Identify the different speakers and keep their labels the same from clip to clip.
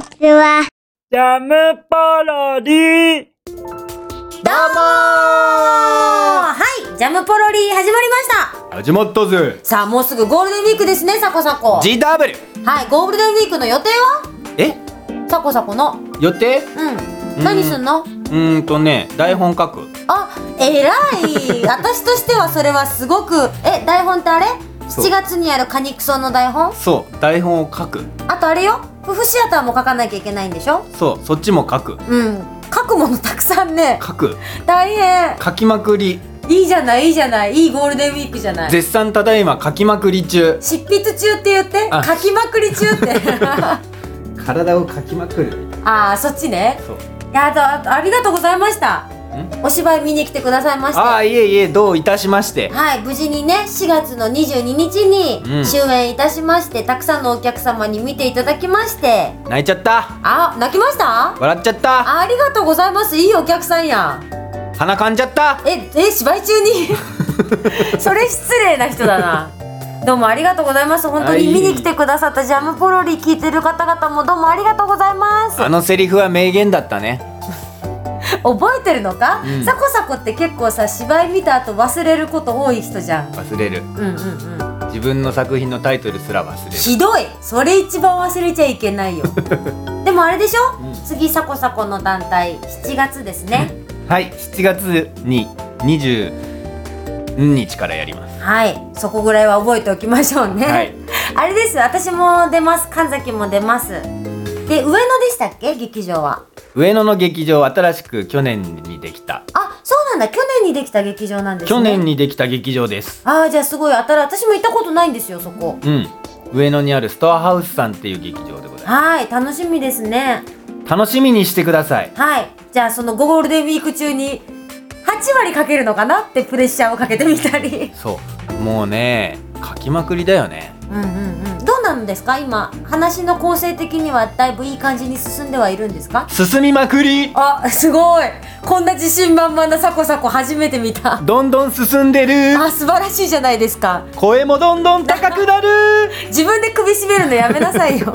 Speaker 1: ちは。
Speaker 2: ジャムパロディ
Speaker 3: どうもはい、ジャムポロリー始まりました
Speaker 4: 始まったぜ
Speaker 3: さあ、もうすぐゴールデンウィークですね、サコサコ。はい、
Speaker 4: GW
Speaker 3: ゴールデンウィークの予定は
Speaker 4: え
Speaker 3: サコサコの。
Speaker 4: 予定
Speaker 3: うん。
Speaker 4: うん
Speaker 3: 何すんの
Speaker 4: うーんとね台本書く
Speaker 3: あ、えら い私としてはそれはすごく、え、台本ってあれ
Speaker 4: そう
Speaker 3: ?7 月にやるカニクソの台本
Speaker 4: そう台本を書く
Speaker 3: あとあれよフフシアターも書かなきゃいけないんでしょ
Speaker 4: そうそっちも書く
Speaker 3: うん。書くものたくさんね。
Speaker 4: 書く
Speaker 3: 大変。
Speaker 4: 書きまくり
Speaker 3: いいじゃない、いいじゃない。いいゴールデンウィークじゃない。
Speaker 4: 絶賛ただいま書きまくり中
Speaker 3: 執筆中って言って
Speaker 4: あ
Speaker 3: 書きまくり中 って
Speaker 4: 体を書きまくる
Speaker 3: ああそっちね
Speaker 4: そう
Speaker 3: いやあとあとありがとうございました
Speaker 4: ん
Speaker 3: お芝居見に来てくださいまして
Speaker 4: ああいえいえどういたしまして
Speaker 3: はい無事にね4月の22日
Speaker 4: う
Speaker 3: に
Speaker 4: ん
Speaker 3: 終演いたしまして、たくさんのお客様に見ていただきまして
Speaker 4: 泣いちゃった
Speaker 3: あ泣きましたあ
Speaker 4: 笑っちゃった
Speaker 3: ありがとうございますいいお客さんや
Speaker 4: 鼻かんじゃった
Speaker 3: ええ芝居中 にそれ失礼な人だなどうもありがとうございます本当に
Speaker 4: はい
Speaker 3: 見に来てくださったジャムポロリ聞いてる方々もどうもありがとうございます
Speaker 4: あのセリフは名言だったね
Speaker 3: 覚えてるのか、
Speaker 4: うん
Speaker 3: サコサコって結構さ芝居見た後忘れること多い人じゃん
Speaker 4: 忘れ
Speaker 3: う
Speaker 4: る
Speaker 3: んうんうん
Speaker 4: 自分の作品のタイトルすら忘れる
Speaker 3: ひどいそれ一番忘れちゃいけ ないよでもあれでしょ、次サコサコの団体7月ですね、
Speaker 4: はい7月に20日からやります
Speaker 3: はいそこぐらいは覚えておきましょうね、
Speaker 4: はい
Speaker 3: あれです私も出ます神崎も出ますで上野でしたっけ劇場は
Speaker 4: 上野の劇場新しく去年にできた
Speaker 3: あそうなんだ去年にできた劇場なんですね
Speaker 4: 去年にできた劇場です
Speaker 3: ああじゃあすごい新私も行ったことないんですよそこ
Speaker 4: うん上野にあるストアハウスさんっていう劇場でございま
Speaker 3: はい楽しみですね
Speaker 4: す楽しみにしてください
Speaker 3: はい。じゃあそのゴールデンウィーク中に8割かけるのかなってプレッシャーをかけてみたり。
Speaker 4: そうもうね書きまくりだよね
Speaker 3: うんうんうん。どうなんですか今、話の構成的にはだいぶいい感じに進んではいるんですか
Speaker 4: 進みまくり
Speaker 3: あ、すごい。こんな自信満々なサコサコ初めて見た。
Speaker 4: どんどん進んでる
Speaker 3: あ、素晴らしいじゃないですか。
Speaker 4: 声もどんどん高くなる
Speaker 3: 自分で首絞めるのやめなさい よ。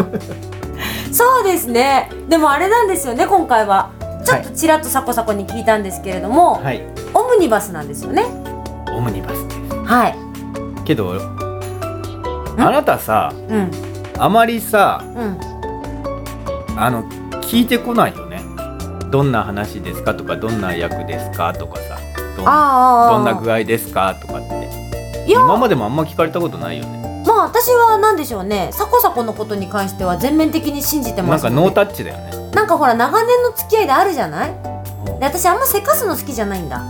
Speaker 3: そうですね。でもあれなんですよね、今回は。ちょっとちらっとサコサコに聞いたんですけれども、
Speaker 4: はい
Speaker 3: オムニバスなんですよね。
Speaker 4: オムニバスです
Speaker 3: はい。
Speaker 4: けどあなたさ
Speaker 3: うん。
Speaker 4: あまりさ
Speaker 3: うん。
Speaker 4: あの聞いてこないよねどんな話ですかとかどんな役ですかとかさどん
Speaker 3: ああ
Speaker 4: どんな具合ですかとかって
Speaker 3: いや
Speaker 4: 今までもあんま聞かれたことないよね
Speaker 3: まあ私は何でしょうねサコサコのことに関しては全面的に信じて
Speaker 4: な
Speaker 3: ま
Speaker 4: ん
Speaker 3: すの
Speaker 4: か
Speaker 3: で
Speaker 4: ノータッチだよね
Speaker 3: なんかほら長年の付き合いであるじゃないで私あんませかすの好きじゃないんだ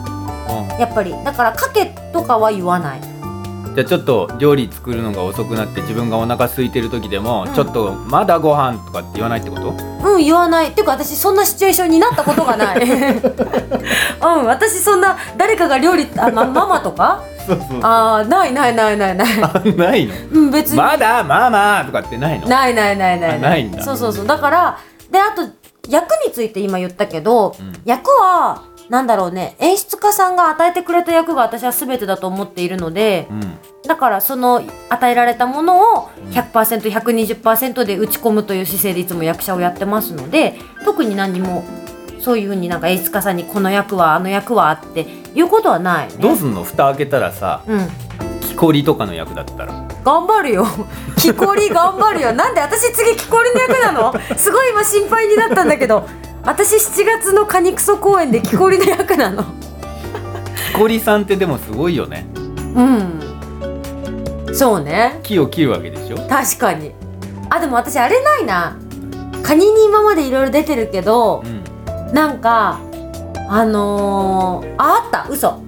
Speaker 3: やっぱりだからかけとかは言わない
Speaker 4: うんじゃあちょっと料理作るのが遅くなって自分がお腹空いてる時でも、
Speaker 3: うん
Speaker 4: ちょっとまだご飯とかって言わないってこと
Speaker 3: うん言わないっていうか私そんなシチュエーションになったことが ないうん私そんな誰かが料理あ、ま、ママとか
Speaker 4: そうそ
Speaker 3: あーないないないないない
Speaker 4: ないの
Speaker 3: うん別に
Speaker 4: まだママとかってないの
Speaker 3: ないないないない
Speaker 4: あないんだ
Speaker 3: そうそうそうだからであと役について今言ったけど、
Speaker 4: うん
Speaker 3: 役はなんだろうね演出家さんが与えてくれた役が私は全てだと思っているので
Speaker 4: うん
Speaker 3: だからその与えられたものを 100%120% で打ち込むという姿勢でいつも役者をやってますので特に何もそういうふうになんか演出家さんにこの役はあの役はっていうことはない、ね、
Speaker 4: どうすんの蓋開けたらさ
Speaker 3: うん
Speaker 4: 木こりとかの役だったら
Speaker 3: 頑張るよ 木こり頑張るよなんで私次木こりの役なのすごい今心配になったんだけど私7月のカニクソ公演で木こりの役なの
Speaker 4: 木こりさんってでもすごいよね
Speaker 3: うんそうね
Speaker 4: 木を切るわけでしょ
Speaker 3: 確かにあでも私あれないなカニに今までいろいろ出てるけど
Speaker 4: うん
Speaker 3: なんかあのー、ああった嘘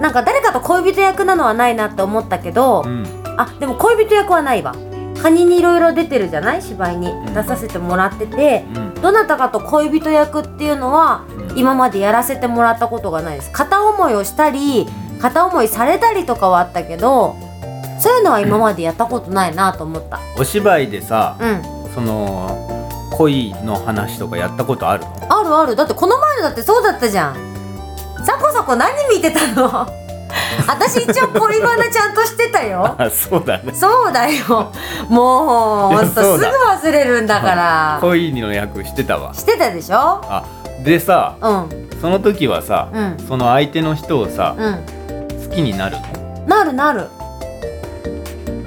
Speaker 3: なんか誰かと恋人役なのはないなって思ったけど、
Speaker 4: うん
Speaker 3: あでも恋人役はないわカニにいろいろ出てるじゃない芝居に
Speaker 4: ん
Speaker 3: 出させてもらってて、
Speaker 4: うん
Speaker 3: どなたかと恋人役っていうのは
Speaker 4: うん
Speaker 3: 今までやらせてもらったことがないです片思いをしたり片思いされたりとかはあったけどそういうのは今までやったことないなと思った
Speaker 4: お芝居でさ
Speaker 3: うん
Speaker 4: その恋の話とかやったことあるの
Speaker 3: あるあるだってこの前のだってそうだったじゃんサコサコ何見てたの私一応恋バナちゃんとしてたよ
Speaker 4: あそうだね
Speaker 3: そうだよもう
Speaker 4: いや
Speaker 3: ほんと
Speaker 4: そう
Speaker 3: すぐ
Speaker 4: だ
Speaker 3: 忘れるんだから
Speaker 4: 恋の役してたわ
Speaker 3: してたでしょ
Speaker 4: あでさ
Speaker 3: うん
Speaker 4: その時はさ、
Speaker 3: うん
Speaker 4: その相手の人をさ、
Speaker 3: う
Speaker 4: 好きになる
Speaker 3: んなるなる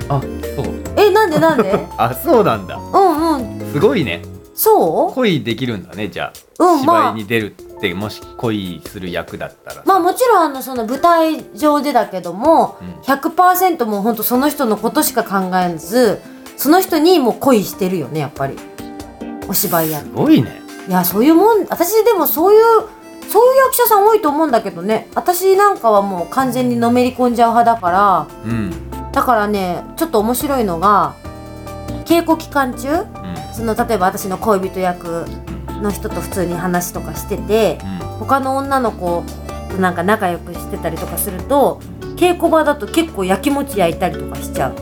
Speaker 4: あそう
Speaker 3: えなんでなん で
Speaker 4: あそうなんだ
Speaker 3: うんうん
Speaker 4: すごいね
Speaker 3: そ
Speaker 4: 恋できるんだねじゃあ、
Speaker 3: うんまあ
Speaker 4: 芝居に出るってもし恋する役だったら
Speaker 3: うまあもちろんあのその舞台上でだけども、
Speaker 4: うん
Speaker 3: 100%もうほんとその人のことしか考えずその人にもう恋してるよねやっぱりお芝居や
Speaker 4: すごいね
Speaker 3: いやそういうもん私でもそういうそういう役者さん多いと思うんだけどね私なんかはもう完全にのめり込んじゃう派だから
Speaker 4: うんうん
Speaker 3: だからねちょっと面白いのが稽古期間中その例えば私の恋人役の人と普通に話とかしてて他の女の子となんか仲良くしてたりとかすると稽古場だと結構やきもち焼いたりとかしちゃう。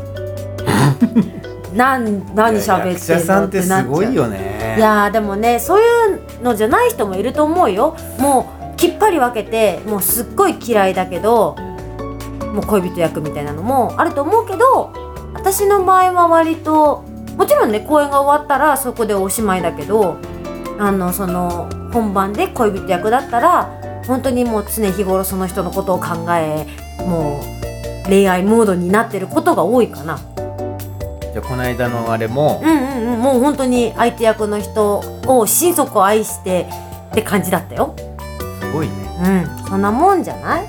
Speaker 3: なん何
Speaker 4: いや
Speaker 3: 喋ってんの
Speaker 4: 役者さんって
Speaker 3: なちゃ
Speaker 4: す
Speaker 3: う
Speaker 4: ごいよね
Speaker 3: いやーでもねそういうのじゃない人もいると思うよもうきっぱり分けてもうすっごい嫌いだけどもう恋人役みたいなのもあると思うけど私の場合は割ともちろんね公演が終わったらそこでおしまいだけどあのその本番で恋人役だったら本当にもう常日頃その人のことを考えもう恋愛モードになってることが多いかな。
Speaker 4: じゃあこの間のあれも
Speaker 3: うんうんうんもう本当に相手役の人を心底愛してって感じだったよ
Speaker 4: すごいね
Speaker 3: うんそんなもんじゃない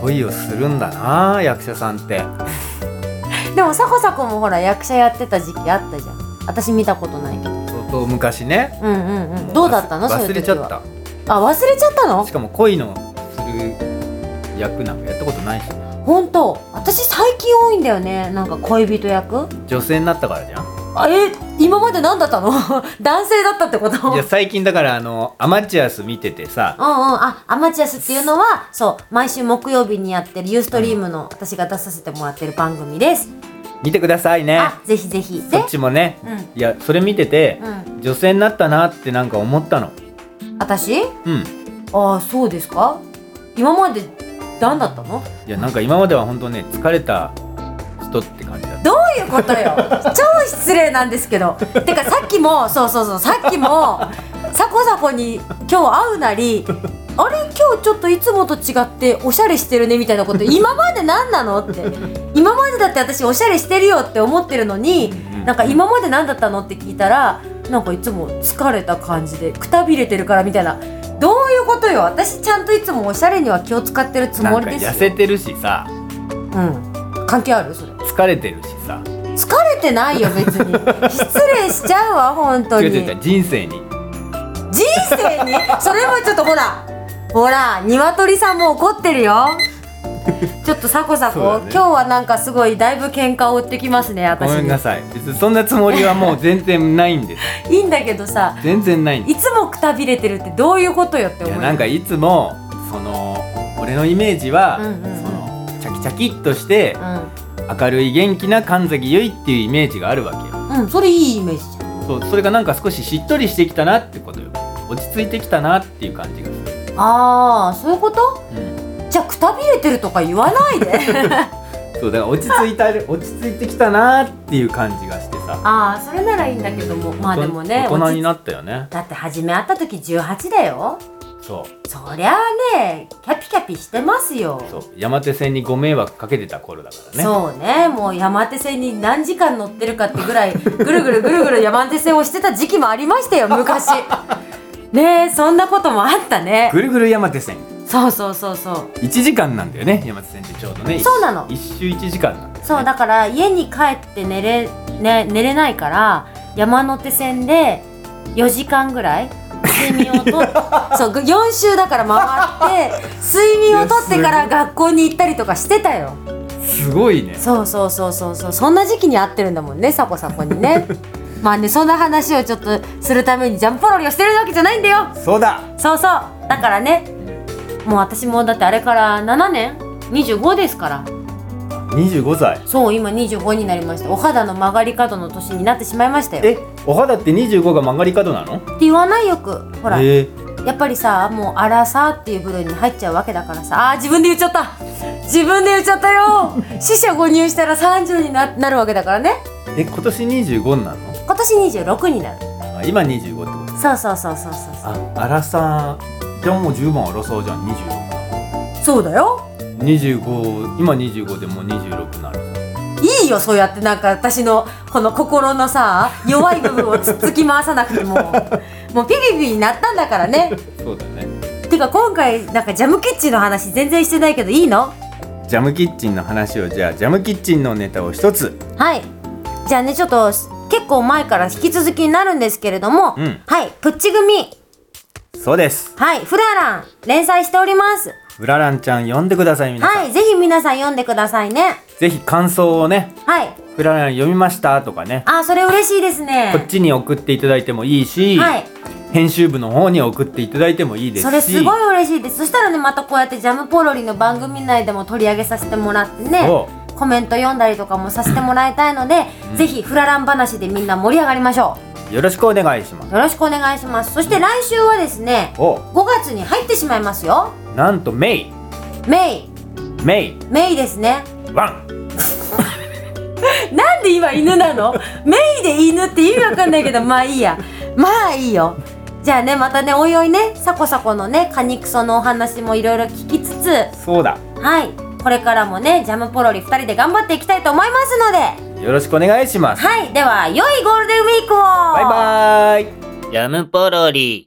Speaker 4: 恋をするんだな役者さんって
Speaker 3: でもさこさこもほら役者やってた時期あったじゃん私見たことないけど
Speaker 4: 相当昔ね
Speaker 3: うんうんうんどうだったのそうい
Speaker 4: 忘
Speaker 3: う
Speaker 4: れ
Speaker 3: 時
Speaker 4: ちゃ
Speaker 3: は
Speaker 4: った
Speaker 3: あ忘れちゃったの
Speaker 4: しかも恋のする役なんかやったことないし
Speaker 3: 本当私最近多いんだよねなんか恋人役
Speaker 4: 女性になったからじゃん
Speaker 3: あえ今まで何だったの 男性だったってこと
Speaker 4: いや最近だからあのアマチュアス見ててさ
Speaker 3: うんうん、あアマチュアスっていうのはそう毎週木曜日にやってるユーストリームの私が出させてもらってる番組です
Speaker 4: 見てくださいね
Speaker 3: あぜひぜひ
Speaker 4: そ
Speaker 3: で
Speaker 4: っちもね
Speaker 3: う
Speaker 4: いやそれ見てて
Speaker 3: んうん
Speaker 4: 女性になったなってなんか思ったの
Speaker 3: 私
Speaker 4: うん
Speaker 3: ああそうですか今まで何だったのど
Speaker 4: いやなんか今までは本当ね疲れた人って感じだった
Speaker 3: ういうことよ超失礼なんですけどてかさっきもそうそうそうさっきもさこさこに今日会うなりあれ今日ちょっといつもと違っておしゃれしてるねみたいなこと今まで何なのって今までだって私おしゃれしてるよって思ってるのに
Speaker 4: うん
Speaker 3: なんか今まで何だったのって聞いたらなんかいつも疲れた感じでくたびれてるからみたいなどういうことよ私ちゃんといつもおしゃれには気を使ってるつ
Speaker 4: な
Speaker 3: も
Speaker 4: ん
Speaker 3: り
Speaker 4: か
Speaker 3: ですよ
Speaker 4: 痩せてるしさ
Speaker 3: うん関係あるそれ
Speaker 4: 疲れてるしさ
Speaker 3: 疲れてないよ別に失礼しちゃうわ本当
Speaker 4: 違う
Speaker 3: に
Speaker 4: 違う
Speaker 3: 人
Speaker 4: 違う人生に
Speaker 3: 生にそれもちょっとほらほら鶏さんも怒ってるよちょっとサコサ
Speaker 4: そうだ
Speaker 3: コ、
Speaker 4: ね
Speaker 3: 今日はなんかすごいだいぶ喧嘩を売ってきますね
Speaker 4: ご
Speaker 3: 私
Speaker 4: めんな
Speaker 3: に
Speaker 4: さい別にそんなつもりはもう全然ない んです
Speaker 3: いいんだけどさ
Speaker 4: 全然ないんで
Speaker 3: いつもくたびれてるってどういうことよって
Speaker 4: すい
Speaker 3: 思
Speaker 4: や
Speaker 3: う
Speaker 4: なんかいつもその俺のイメージは、
Speaker 3: うんうんうん
Speaker 4: そのチャキチャキっとして
Speaker 3: う
Speaker 4: 明るい元気な神崎結衣っていうイメージがあるわけよ
Speaker 3: ん、うん、それいいイメージじゃん
Speaker 4: そうそれがなんか少ししっとりしてきたなってことよ落ち着いてきたなっていう感じがする、
Speaker 3: ああそういうこと
Speaker 4: うん、
Speaker 3: じゃあくたびれてるとか言わないで
Speaker 4: そうだから落ち着いた落ち着いてきたなっていう感じがしてさ
Speaker 3: ああそれならいいんだけどもまあでもね
Speaker 4: 大人
Speaker 3: 落
Speaker 4: になったよね
Speaker 3: ちだって初め会った時18だよ
Speaker 4: そう
Speaker 3: そりゃあねキャピキャピしてますよ
Speaker 4: そう山手線にご迷惑かけてた頃だからね
Speaker 3: そうねもう山手線に何時間乗ってるかってぐらいぐるぐるぐるぐる山手線をしてた時期もありましたよ 昔ねえそんなこともあったね
Speaker 4: ぐるぐる山手線
Speaker 3: そうそうそうそう
Speaker 4: 1時間なんだよね山手線ってちょうどね
Speaker 3: そうなの
Speaker 4: 1周1時間なんだよね
Speaker 3: そうだから家に帰って寝れ,、ね、寝れないから山手線で4時間ぐらい睡眠をと そう4週だから回って睡眠をとってから学校に行ったりとかしてたよ
Speaker 4: すごいね
Speaker 3: そうそうそうそうそうそんな時期に合ってるんだもんねサコサコにねまあねそんな話をちょっとするためにジャンポロリをしてるわけじゃないんだよ
Speaker 4: そうだ
Speaker 3: そうそうだからねもう私もだってあれから7年25ですから
Speaker 4: 25歳
Speaker 3: そう今25になりましたお肌の曲がり角の年になってしまいましたよっ
Speaker 4: えお肌って25が曲がり角なの
Speaker 3: て言わないよくほら、
Speaker 4: えー
Speaker 3: えやっぱりさもうアラサーっていう部類に入っちゃうわけだからさあー自分で言っちゃった自分で言っちゃったよ死者誤入したら30にななるわけだからね
Speaker 4: え今年25なの
Speaker 3: 今年26になる
Speaker 4: あ今25ってこと
Speaker 3: そうそうそうそうそうそう
Speaker 4: あアラサーじゃあもう10番アラサーじゃん
Speaker 3: そうだよ
Speaker 4: 26 25今25でもう26なる
Speaker 3: いいよそうやってなんか私のこの心のさ弱い部分をつっつき回さなく てももうピピピになったんだからね
Speaker 4: そうだね
Speaker 3: てか今回なんかジャムキッチンの話全然してないけどいいの
Speaker 4: ジャムキッチンの話をじゃあジャムキッチンのネタを一つ
Speaker 3: はいじゃあねちょっと結構前から引き続きになるんですけれども、
Speaker 4: うん
Speaker 3: はいプッチ組
Speaker 4: そうです
Speaker 3: はいフララン連載しております
Speaker 4: うららんちゃん読んでください皆さん、
Speaker 3: はいぜひ皆さん読んでくださいね
Speaker 4: ぜひ感想をね
Speaker 3: はい
Speaker 4: フララン読みましたとかね
Speaker 3: あそれ嬉しいですね
Speaker 4: こっちに送っていただいてもいいし、
Speaker 3: はい
Speaker 4: 編集部の方に送っていただいてもいいですし
Speaker 3: それすごい嬉しいですそしたらねまたこうやってジャムポロリの番組内でも取り上げさせてもらってね
Speaker 4: そ
Speaker 3: コメント読んだりとかもさせてもらいたいので、ぜひフララン話でみんな盛り上がりましょ
Speaker 4: うよろしくお願いします
Speaker 3: うよろしくお願いしますそして来週はですね
Speaker 4: お
Speaker 3: 5月に入ってしまいますよ
Speaker 4: なんとメイ
Speaker 3: メイ
Speaker 4: メイ
Speaker 3: メイですね
Speaker 4: ワン
Speaker 3: なんで今犬なのメイで犬って意味わかんないけどまあいいやまあいいよじゃあねまたねおいおいねサコサコのねカニクソのお話もいろいろ聞きつつ
Speaker 4: そうだ
Speaker 3: はいこれからもねジャムポロリ2人で頑張っていきたいと思いますので
Speaker 4: よろしくお願いします
Speaker 3: はいでは良いゴールデンウィークを
Speaker 4: バイバーイ
Speaker 2: ジャムポロリ。